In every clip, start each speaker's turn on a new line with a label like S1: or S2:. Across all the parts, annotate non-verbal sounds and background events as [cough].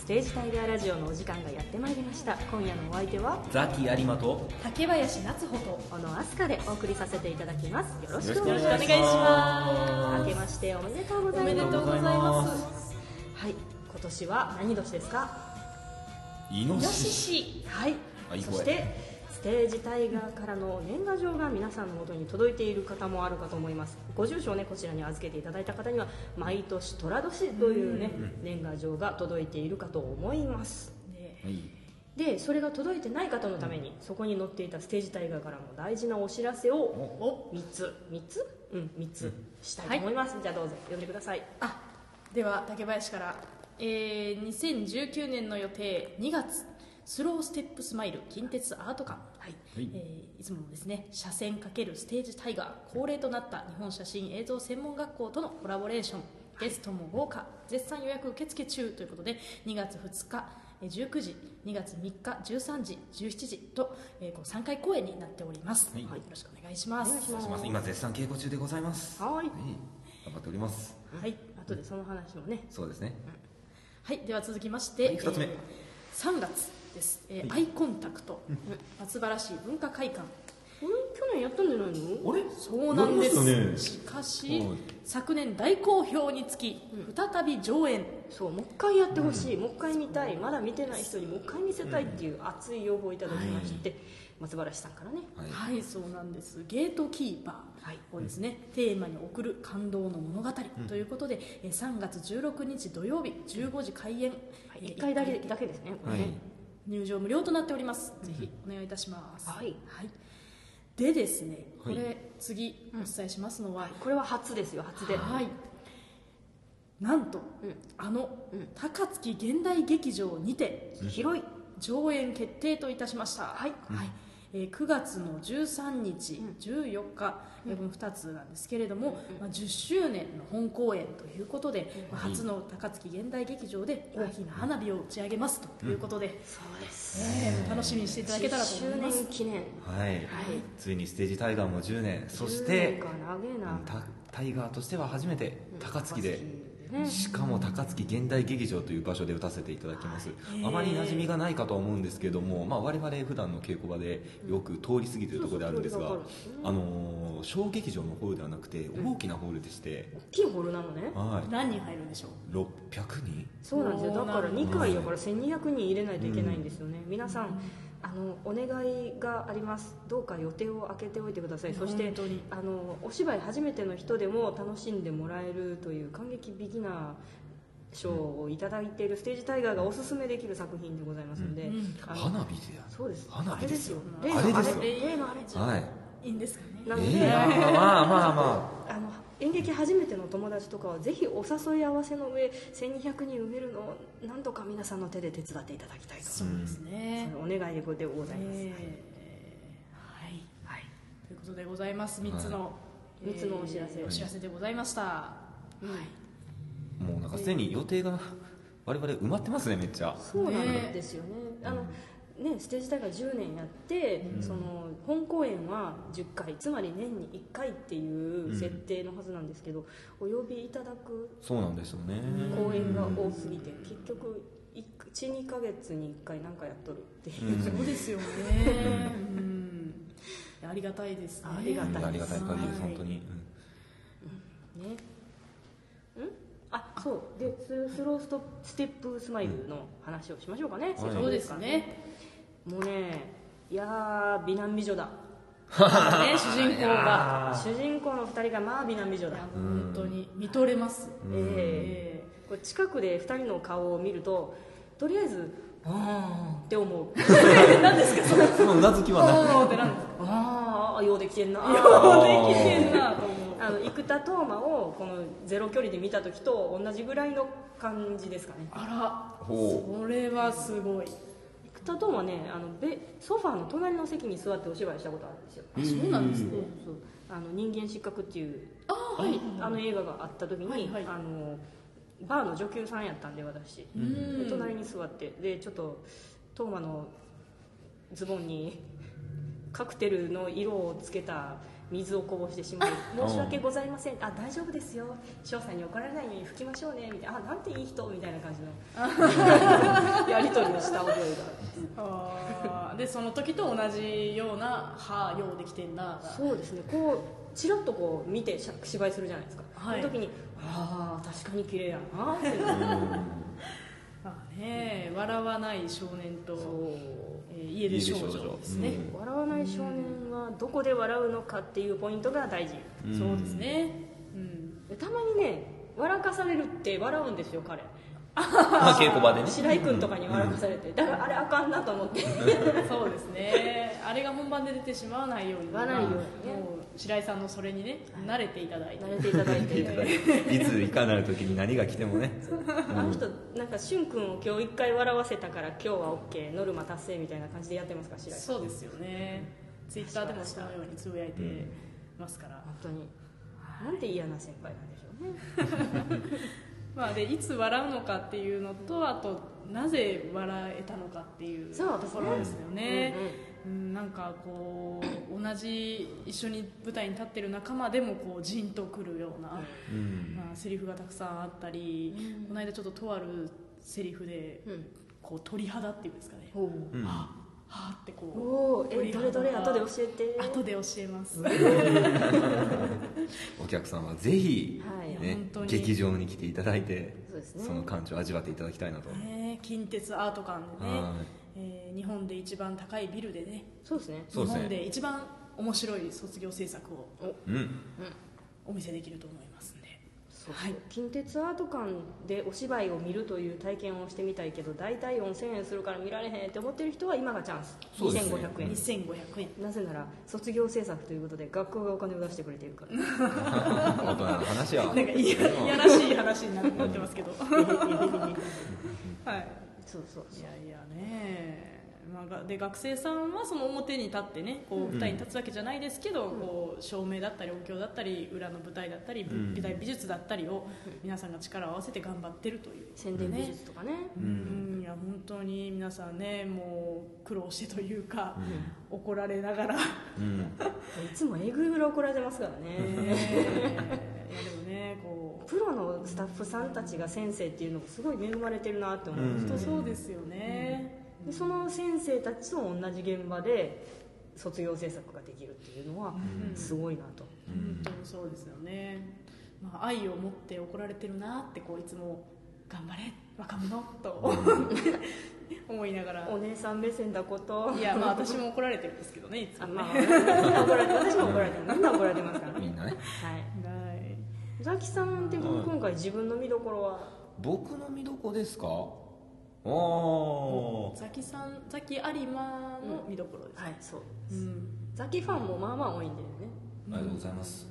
S1: 政治タイガーラジオのお時間がやってまいりました今夜のお相手は
S2: ザキ有馬と
S3: 竹林夏穂と
S1: 小野飛鳥でお送りさせていただきますよろしくお
S2: よ
S1: 願
S2: ろ
S1: い
S2: し
S1: し
S2: くお願
S1: ま
S2: い
S1: す
S2: します
S1: 明けましておめでとうござ
S3: お
S1: い
S3: めで
S1: ます
S3: とうございます
S1: はい今年は何年ですか
S2: イノ
S3: イノ
S2: シ
S3: シ
S2: シ
S3: シ
S1: はい
S2: あいい声
S1: そしてステージタイガーからの年賀状が皆さんの元に届いている方もあるかと思いますご住所をねこちらに預けていただいた方には毎年寅年というね、年賀状が届いているかと思います
S3: ね
S2: はい
S1: でそれが届いてない方のためにそこに載っていたステージタイガーからも大事なお知らせを
S3: お
S1: 3つ3つうん3つしたいと思います、じゃあどうぞ読んでください
S3: あでは竹林から、えー、2019年の予定2月スローステップスマイル近鉄アート館はい、
S2: はい
S3: えーいつものですね車線×ステージタイガー恒例となった日本写真映像専門学校とのコラボレーションゲストも豪華絶賛予約受付中ということで2月2日えー19時2月3日13時17時と、えーこう3回公演になっております、
S2: はい
S3: よろしくお願いします
S1: お願いします
S2: すいません今絶賛稽古中でございます
S1: はーい
S2: 頑張っております
S1: はい後でその話もね
S2: そうですね
S3: はい、では続きまして、
S2: はい二つ目
S3: えー3月です、えーアイコンタクト、松原市文化会館、
S1: うん去年やったんじゃないの
S2: あれ
S3: そうなんです、
S2: やりまし
S3: しかし
S2: はい、
S3: 昨年大好評につき、再び上演、
S1: そうもう一回やってほしい、もう一回見たいまだ見てない人にもう一回見せたいっていう熱い要望をいただきまして、松原さんからね
S2: たねはい
S3: はい、そうなんです、ゲートキーパ
S1: はい
S3: ーをですね、テーマに送る感動の物語ということで、えー3月16日土曜日、15時開演、
S1: は
S3: え
S1: い
S3: ー
S1: 一回だけ
S3: 一
S1: だけですねこ
S2: は
S1: れ
S2: い
S1: ね
S3: 入場無料となっております。ぜひお願いいたします。
S1: はい
S3: でですね、これ、
S2: はい
S3: 次お伝えしますのは、
S1: これは初ですよ初で、
S3: はい。なんと、
S1: うん
S3: あの、
S1: うん
S3: 高槻現代劇場にて
S1: 広い
S3: 上演決定といたしました。はい。えー9月の13日、14日、えーこの2つなんですけれども、まあ、10周年の本公演ということで、まあ
S2: はい
S3: 初の高槻現代劇場で大きな花火を打ち上げますということで、
S1: そうです
S3: ね楽しみにしていただけたらと思い
S1: 10
S3: ます
S1: 周年記念
S2: はいついにステージタイガーも10年そして
S1: 10年か長えな
S2: うんタタイガーとしては初めて高槻で
S1: 高槻ね
S2: しかも高槻現代劇場という場所で打たせていただきますあまり馴染みがないかとは思うんですけども、まあ、我々普段の稽古場でよく通り過ぎてるところであるんですが
S1: そうそう
S2: あのー小劇場のホールではなくて大きなホールでして、
S1: 大きいホールなのね
S2: はい
S3: 何人入るんでしょう
S2: 600人
S1: そうなんですよ
S3: そ
S1: だ
S3: うな
S1: か
S3: ん
S1: ら
S3: だ
S1: 2回だから1200人入れないといけないんですよね、皆さんあのお願いがありますどうか予定を空けておいてくださいそして
S3: 本当に
S1: あのお芝居初めての人でも楽しんでもらえるという感激ビギナー賞をいただいているステージタイガーがおすすめできる作品でございますので、
S3: うん
S1: あの
S2: 花火でや
S1: そうです
S2: 花
S1: あ
S2: 火
S1: れ
S2: で
S1: ですす
S2: よ
S1: よ
S2: あれですよ
S1: 例の例のあれじゃん
S2: はい
S3: いいんですかね
S1: な
S2: え
S1: ので、
S2: ー、まあまあまあま
S1: あの演劇初めてのお友達とかはぜひお誘い合わせの上1200人埋めるのを何とか皆さんの手で手伝っていただきたいと
S3: そうですね、
S1: お願いでございます、
S3: えーはい
S1: はい、
S3: ということでございます3つの、え
S1: 三
S3: ー
S1: つのお知らせ
S3: お知らせでございました、はい
S2: あもうなんかすでに予定が我々埋まってますねめっちゃ
S1: そうなんですよねあのねステージ大会10年やって、その本公演は10回つまり年に1回っていう設定のはずなんですけど、お呼びいただく
S2: そうなんですよね
S1: 公演が多すぎて、結局12ヶ月に1回なんかやっとるっていう、
S3: そうですよねうんいやありがたいですね
S1: ありが
S2: うん
S1: た
S2: あ
S1: い
S2: り
S1: で
S2: が
S1: す
S2: たい限りです
S3: はい
S2: 本当に、
S1: ねうんあそうでススローストステップスマイルの話をしましょうかね、
S2: はい
S3: そうですね
S1: もうねいやー美男美
S2: [laughs]
S1: 女だ
S3: ね主人公が
S1: 主人公の2人がまあ美男美女だ
S3: 本当に見とれます、
S1: えーこれ近くで2人の顔を見るととりあえず「あーって思う
S3: [laughs] 何ですかその
S2: うん、そのうなずきはな
S3: そうって何ですか
S1: あーようできてんな
S3: ようできてんなと思う
S1: あの生田斗真をこのゼロ距離で見た時と同じぐらいの感じですかね
S3: あら
S2: ほ
S3: それはすごい
S1: 生田斗真ねあのベソファーの隣の席に座ってお芝居したことあるんですよ
S3: あそうなんですね
S1: そうあの人間失格っていう
S3: あはい
S1: あの映画があった時に、
S3: はいはい
S1: あのバーの女給さんやったんで私、
S3: ん
S1: で隣に座ってでちょっとトー [laughs] マのズボンにカクテルの色をつけた水をこぼしてしまい「申し訳ございません」あ「大丈夫ですよ」「翔さんに怒られないように拭きましょうね」みたいな「あなんていい人」みたいな感じ [laughs] のやり取りをした覚えが
S3: あーでその時と同じような「はあようできてんな」が
S1: そうですねこうチラッとこう見てしゃ芝居するじゃないですか、
S3: はい
S1: その時にああ確かに綺麗やなってなる
S3: まあね笑わない少年と、えー家出少女ですね
S2: 家出少女
S1: 笑わない少年はどこで笑うのかっていうポイントが大事
S2: うん
S3: そうですね、うん、
S1: でたまにね笑かされるって笑うんですよ彼
S2: まあ稽古場でね
S1: 白井君とかに笑かされて、だからあれあかんなと思
S2: [laughs]
S1: って
S3: そうですねあれが本番で出てしまわないように
S1: 言わないようにね
S3: もう白井さんのそれにね慣れていただいて、
S1: 慣れていただい
S2: [laughs] 見ていただい
S1: て
S2: ていついかなる時に何が来て
S1: [laughs]
S2: もね
S1: あの人なんか俊君を今日一回笑わせたから今日は OK ノルマ達成みたいな感じでやってますから白井君
S3: そうですよねツイッターでもそのようにつぶやいてますから、
S1: 本当になんて嫌な先輩なんでしょうね
S3: まあ、でいつ笑うのかっていうのとあとなぜ笑えたのかっていうと
S1: そう
S3: ころですよね
S1: うんうん
S3: うんなんかこう同じ一緒に舞台に立ってる仲間でもこうジンとくるような、
S2: うん
S3: まあ、セリフがたくさんあったり、この間ちょっととあるセリフで、
S1: うん
S3: こう鳥肌っていうんですかね、
S1: お
S2: うん
S3: はあはあってこ
S1: おーえ
S3: 鳥
S1: ど
S3: 肌
S1: れ
S3: が
S1: どれ後で教えて
S3: う後で教えます、
S2: お客さんはぜひ、
S1: はい
S2: ね
S3: 本当に
S2: 劇場に来ていただいて
S1: そうですね
S2: の感情を味わっていただきたいなと、
S3: ね近鉄アート館でね
S2: はい、
S3: えー日本で一番高いビルでね
S1: そうですね
S2: そうです
S3: 日
S2: ね
S3: 本で一番面白い卒業制作を
S2: うん
S3: お見せできると思いますんで
S1: そう
S3: はい
S1: 近鉄アート館でお芝居を見るという体験をしてみたいけど大体4000円するから見られへんって思ってる人は今がチャンス、
S2: そうですね
S1: 2500円
S3: 2500円
S1: なぜなら卒業制作ということで学校がお金を出してくれているから
S2: 大人の話は
S3: なんかいやいやらしい話にななってますけどはい
S1: そうそうそ
S3: いうやいやねまあが、で学生さんはその表に立ってねこう舞台に立つわけじゃないですけど、こう照明だったり音響だったり裏の舞台だったり、ぶ舞台美術だったりを皆さんが力を合わせて頑張ってるという
S1: 宣伝美術とかね
S3: うん、いや本当に皆さんねもう苦労してというか、怒られながら、
S2: うん
S1: いつもえぐいぐらい怒られてますから
S3: ね
S1: ね
S3: えいやでもねこう
S1: プロのスタッフさんたちが先生っていうのもすごい恵まれてるなって思うんです
S3: 本当そうですよね、
S1: でその先生たちと同じ現場で卒業制作ができるっていうのはすごいなと、
S3: 本当にそうですよね、まあ、愛を持って怒られてるなってこういつも頑張れ若者と思いながら
S1: お姉さん目線だこと
S3: いやまあ私も怒られてるんですけどねいつ
S1: あ
S3: もね、
S1: まあ、怒られて私も怒られてますみんな怒られてますから
S2: み
S1: ね
S2: んなね
S1: はい
S3: はい
S1: 宇崎さん的に
S2: はい
S1: 今回自分の見どころは
S2: 僕の見どこですかあー
S3: ザキさんザキ有馬の見どころです、
S1: はいそう
S3: うん
S1: ザキファンもまあまあ多いんでね
S2: ありがとうございます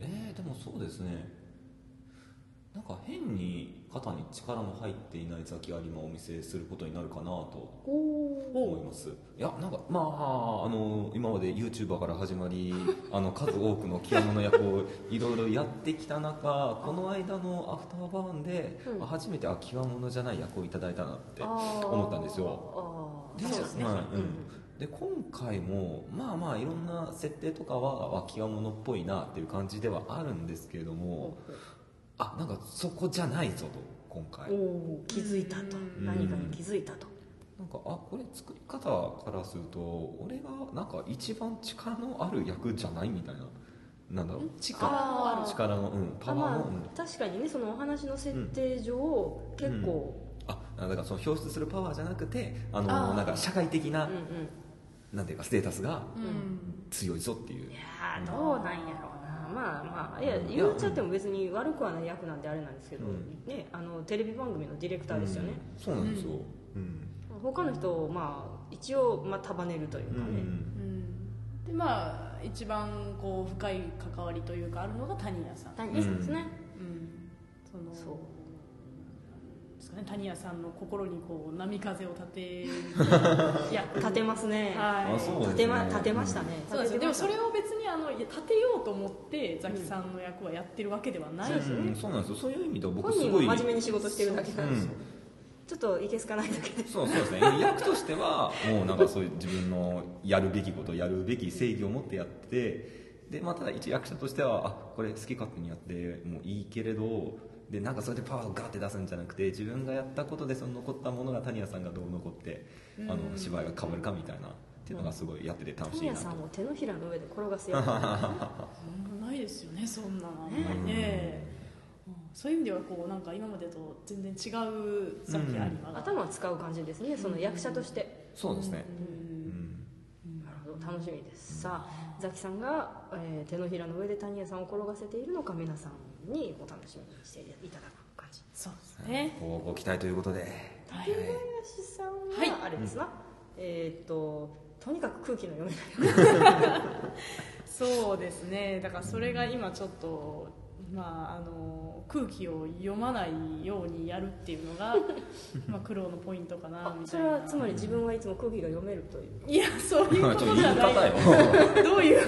S2: えー、でもそうですねなんか変に肩に力の入っていないザキ有馬をお見せすることになるかなと
S1: おお
S2: 思いますいやなんかまああの今まで YouTuber から始
S1: [laughs]
S2: まりあの数多くの着物役を [laughs] いろいろやってきた中この間のアフターバーンで、
S1: うん
S2: あ初めてあ着物じゃない役をいただいたなって思
S1: 思
S2: ったんですよ
S1: よ
S2: で
S1: そうですね、
S2: はいうん、で今回もまあまあいろんな設定とかは脇が物っぽいなっていう感じではあるんですけれどもあなんかそこじゃないぞと今回
S1: おおー気づいたと
S3: うん
S1: 何かに気づいたと
S2: なんかあこれ作り方からすると俺がなんか一番力のある役じゃないみたいななんだろう
S3: 力のある
S1: あー
S2: 力の、うん、パ
S1: あ
S2: ワーの、
S1: ま
S2: うん
S1: あ確かにねそのお話の設定上結構
S2: あだからその表出するパワーじゃなくてあの
S3: あー
S2: なんか社会的な、
S1: うんうん
S2: なんていうかステータスが
S3: うん
S2: 強いぞっていう
S1: いやーどうなんやろうなまあまあいや
S2: うん
S1: 言っちゃっても別に悪くはない役なんであれなんですけど、
S2: うん
S1: ねあのテレビ番組のディレクターですよね、
S2: うんそうなんですよ、うん
S1: 他の人をまあ一応まあ束ねるというかね、
S3: うんでまあ一番こう深い関わりというかあるのが谷屋さん、
S1: 谷さんですね、
S3: うん、その
S1: そう
S3: ですかね谷屋さんの心にこう波風を立
S1: [laughs]
S3: ていや
S1: 立てますね、
S3: はい
S2: あそうですね
S1: 立てま立てましたね、
S3: そうですよでもそれ
S1: を
S3: を別にあのいや立てようと思ってザキさんの役はやってるわけではないし、
S2: うんそうなんですよそういう意味では僕
S1: 本
S2: す
S1: 人
S2: ご
S1: も
S2: い
S1: 真面目に仕事してるだけ
S2: う
S1: なんですよ、
S2: ん
S1: ちょっといけすかないだけです
S2: そうそうですね役としてはもうなんかそういう自分のやるべきことやるべき正義を持ってやってでまあただ一役者としてはあこれ好き勝手にやってもいいけれどでなんかそれでパワーをガーって出すんじゃなくて自分がやったことでその残ったものが谷谷さんがどう残ってあの芝居が変わるかみたいなっていうのがすごいやってて楽しい
S1: 谷
S2: な
S1: 屋
S2: と
S1: さんを手のひらの上で転がすやつ
S2: [laughs]
S3: うんないですよねそんなのね
S2: うん
S3: えうんそういう意味ではこうなんか今までと全然違うさっき有馬が
S1: 頭を使う感じですねその役者として
S2: そうですね、う
S3: う
S2: んん、
S1: なるほど楽しみですさあザキさんが、えー手のひらの上で谷屋さんを転がせているのか皆さんにお楽しみにしていただく感じ
S3: そうですね
S2: ごご期待ということで、
S3: は
S1: 竹
S3: い
S1: 林さ
S3: はい
S1: んはあれですな、えーっととにかく空気の読めない
S3: そうですねだからそれが今ちょっとまああの空気を読まないようにやるっていうのがまあ苦労のポイントかな
S1: あ
S3: みた
S1: そ
S3: い
S1: れ
S3: な
S1: はつまり自分はいつも空気が読めるという
S3: いやそういう
S2: はい
S3: こ
S2: ちょ
S3: と
S2: っと
S3: じゃ
S2: 言い
S3: な
S2: 方
S3: い
S2: よ
S3: [laughs] どういう、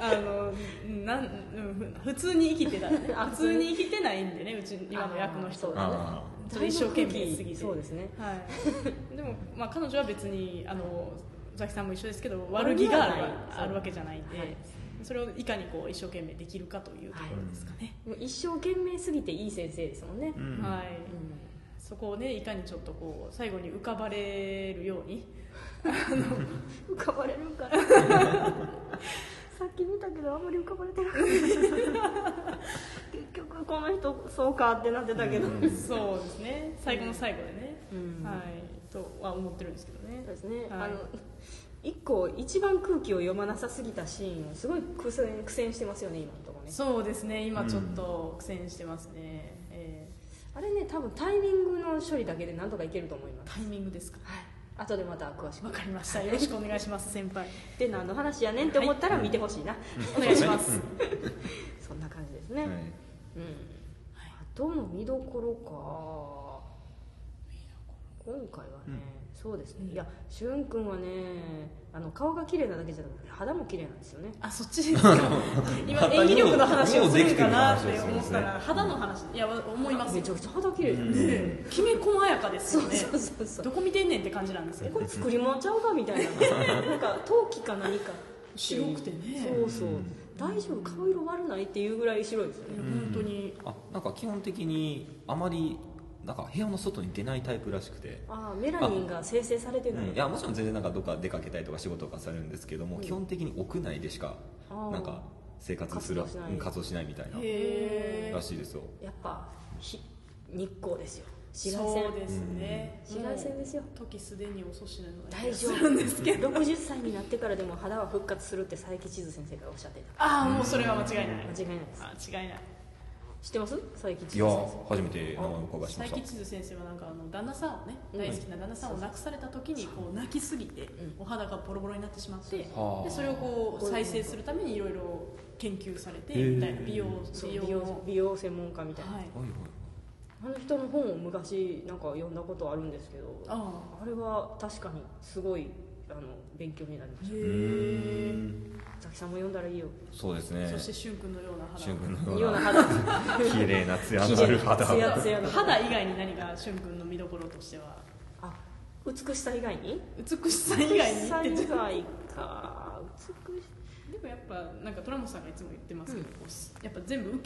S3: あのなん、うん、ふ普通に生きてた、ね、
S1: [laughs] あ
S3: 普通に生きてないんでねうち今の役の人
S1: あ
S3: は
S2: あ
S3: ちょっと一生懸命す
S1: だいぶ空気
S3: ぎて
S1: そうですね
S3: はい、でも、まあ、彼女は別にあのザキさんも一緒ですけど悪気があるわ
S1: 悪気はない
S3: あるわけじゃないんで、
S1: はい
S3: それをいかにこう一生懸命できるかというところですかね、
S1: もう一生懸命すぎていい先生ですもんね、
S2: ーう
S1: うん
S2: ん
S3: はい
S1: うん
S3: そこをねいかにちょっとこう最後に浮かばれるよ
S1: [laughs]
S3: うに
S1: 浮かばれるんからさっき見たけどあんまり浮かばれてなかった結局この人そうかってなってたけど、
S2: うん
S3: そうですね最後の最後でね、
S1: うん
S3: はいとは思ってるんですけどね
S1: そうですね、
S3: はい
S1: あの一個一番空気を読まなさすぎたシーンをすごい苦戦苦戦してますよね今のところね
S3: そうですね今ちょっと苦戦してますね、え
S1: あれね多分タイミングの処理だけでなんとかいけると思いま
S3: ー
S1: す
S3: タイミングですか
S1: はい後でまた詳しく
S3: わかりましたよろしくお願いします先輩
S1: で何の話やねんって思ったら見てほしいな、
S3: お願いします、
S1: そんな感じですね、
S2: はい
S1: うん、あとの見どころか今回はね、そうですね、いやしゅんくんはねあの顔が綺麗なだけじゃなくて肌も綺麗なんですよね
S3: あそっちですか今演技力の話をするかなって思ったら
S2: もうできてる話ですね
S3: 肌の話いや思います
S1: め
S3: よ
S1: ちゃくちゃ肌綺麗だよね、
S3: きめ細やかです
S1: そ
S3: よ
S1: う
S3: ね
S1: そうそうそう
S3: どこ見てんねんって感じなんですけど
S1: これ作り物ちゃうかみたい
S2: [laughs]
S1: ななんか陶器か何かっていう
S3: 白くてね
S1: そうそう大丈夫顔色悪ないっていうぐらい白いですよね
S3: 本当に
S2: あなんか基本的にあまりなんか部屋の外に出ないタイプらしくて、
S1: ああメラニンが生成されてない、
S2: うんいやもちろん全然なんかどっか出かけたりとか仕事とかされるんですけども、基本的に屋内でしか
S1: あー
S2: なんか生活する
S1: 活動しない
S2: うん活動しないみたいな
S3: へ
S2: らしいですよ
S1: やっぱひ日光ですよ紫外
S3: そ
S1: 線
S3: うですね
S1: 紫外線ですよ
S3: もう時すでに遅しなので
S1: 大丈夫ですけど60歳になってからでも肌は復活するって佐伯千鶴先生がおっしゃって
S3: ああもうそれは間違いな
S1: た
S3: い
S1: 間違いないです
S3: あ違いない
S1: 知ってます佐伯千
S2: いや
S1: 鶴先生
S2: 初めて名前をお伺いしま
S3: 佐
S2: した
S3: 伯千鶴先生はなんかあの旦那さんをね
S1: うん
S3: 大好きな旦那さんを亡くされた時にこう泣きすぎて
S1: ん
S3: お肌がボロボロになってしまってで
S2: はあ
S3: それをこう再生するためにいろいろ研究されてみたいな
S2: へえ
S3: 美容
S1: そう
S3: 美
S1: 美
S3: 容
S1: 容
S3: の
S1: 美容専門家みたいな、
S3: はい
S2: はいはい
S1: あの人の本を昔なんか読んだことあるんですけどあ
S3: あ
S1: れは確かにすごいあの勉強になりま
S3: あ
S1: し
S3: へ
S2: う
S3: え
S2: ーん
S1: たザキさんも読んだらいいよ
S2: そうですね
S3: そしてしゅんくんのような肌
S2: 俊君の
S1: よ
S2: よ
S1: う
S2: う
S1: な
S2: な
S1: 肌
S2: 綺麗な艶のある肌
S1: 綺麗 [laughs] な艶艶の
S3: 肌以外に何がしゅんくんの見どころとしては
S1: あ美しさ以外に
S3: 美しさ以外にって
S1: 美
S3: ち
S1: し
S3: ょっと
S1: さ以外か美し
S3: でもやっぱなんか虎本さんがいつも言ってますけど、こうやっぱ全部受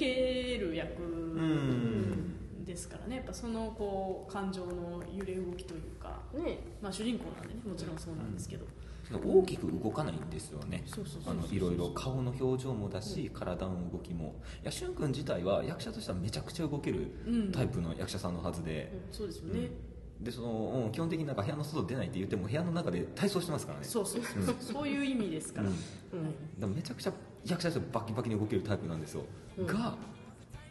S3: ける役
S2: うん
S3: ですからねやっぱそのこう感情の揺れ動きというか、
S1: ね
S3: まあ、主人公なんでねもちろんそうなんですけど、
S2: 大きく動かないんですよね
S3: そうそうそう
S2: あのいろいろ顔の表情もだし体の動きもいや俊君自体は役者としてはめちゃくちゃ動ける
S3: うん
S2: タイプの役者さんのはずで、
S3: そうですよね、
S2: でそのうん基本的になんか部屋の外出ないって言っても部屋の中で体操してますからね
S3: そうそうそう、そういう意味ですから、
S2: うん
S1: うん
S2: でもめちゃくちゃ役者としてバキバキに動けるタイプなんですよ、
S1: うん
S2: が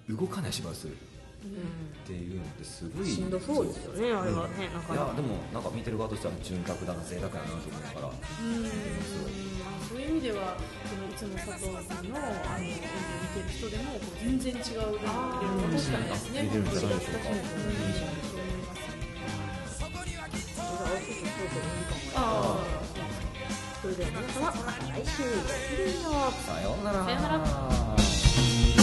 S2: 動かない芝居をする
S1: う
S2: っていうのってすご
S1: ん
S2: い
S1: しんどそうですよねあれはねなか
S2: い
S1: な
S2: や
S1: か
S2: でもなんか見てる側としては潤沢だな贅沢だなと思いながら
S3: うんまあ、そういう意味ではそのいつも佐藤さんのあの演技を見てる人でもこう全然違う部分を見れるのは確かにですね
S2: 見てるんじゃないでしょうか
S3: うん思います
S1: それは大きくそうそういいかもね
S3: ああ
S1: それでは皆様また来週ごきげんよう
S2: さようなら
S3: さような
S2: ら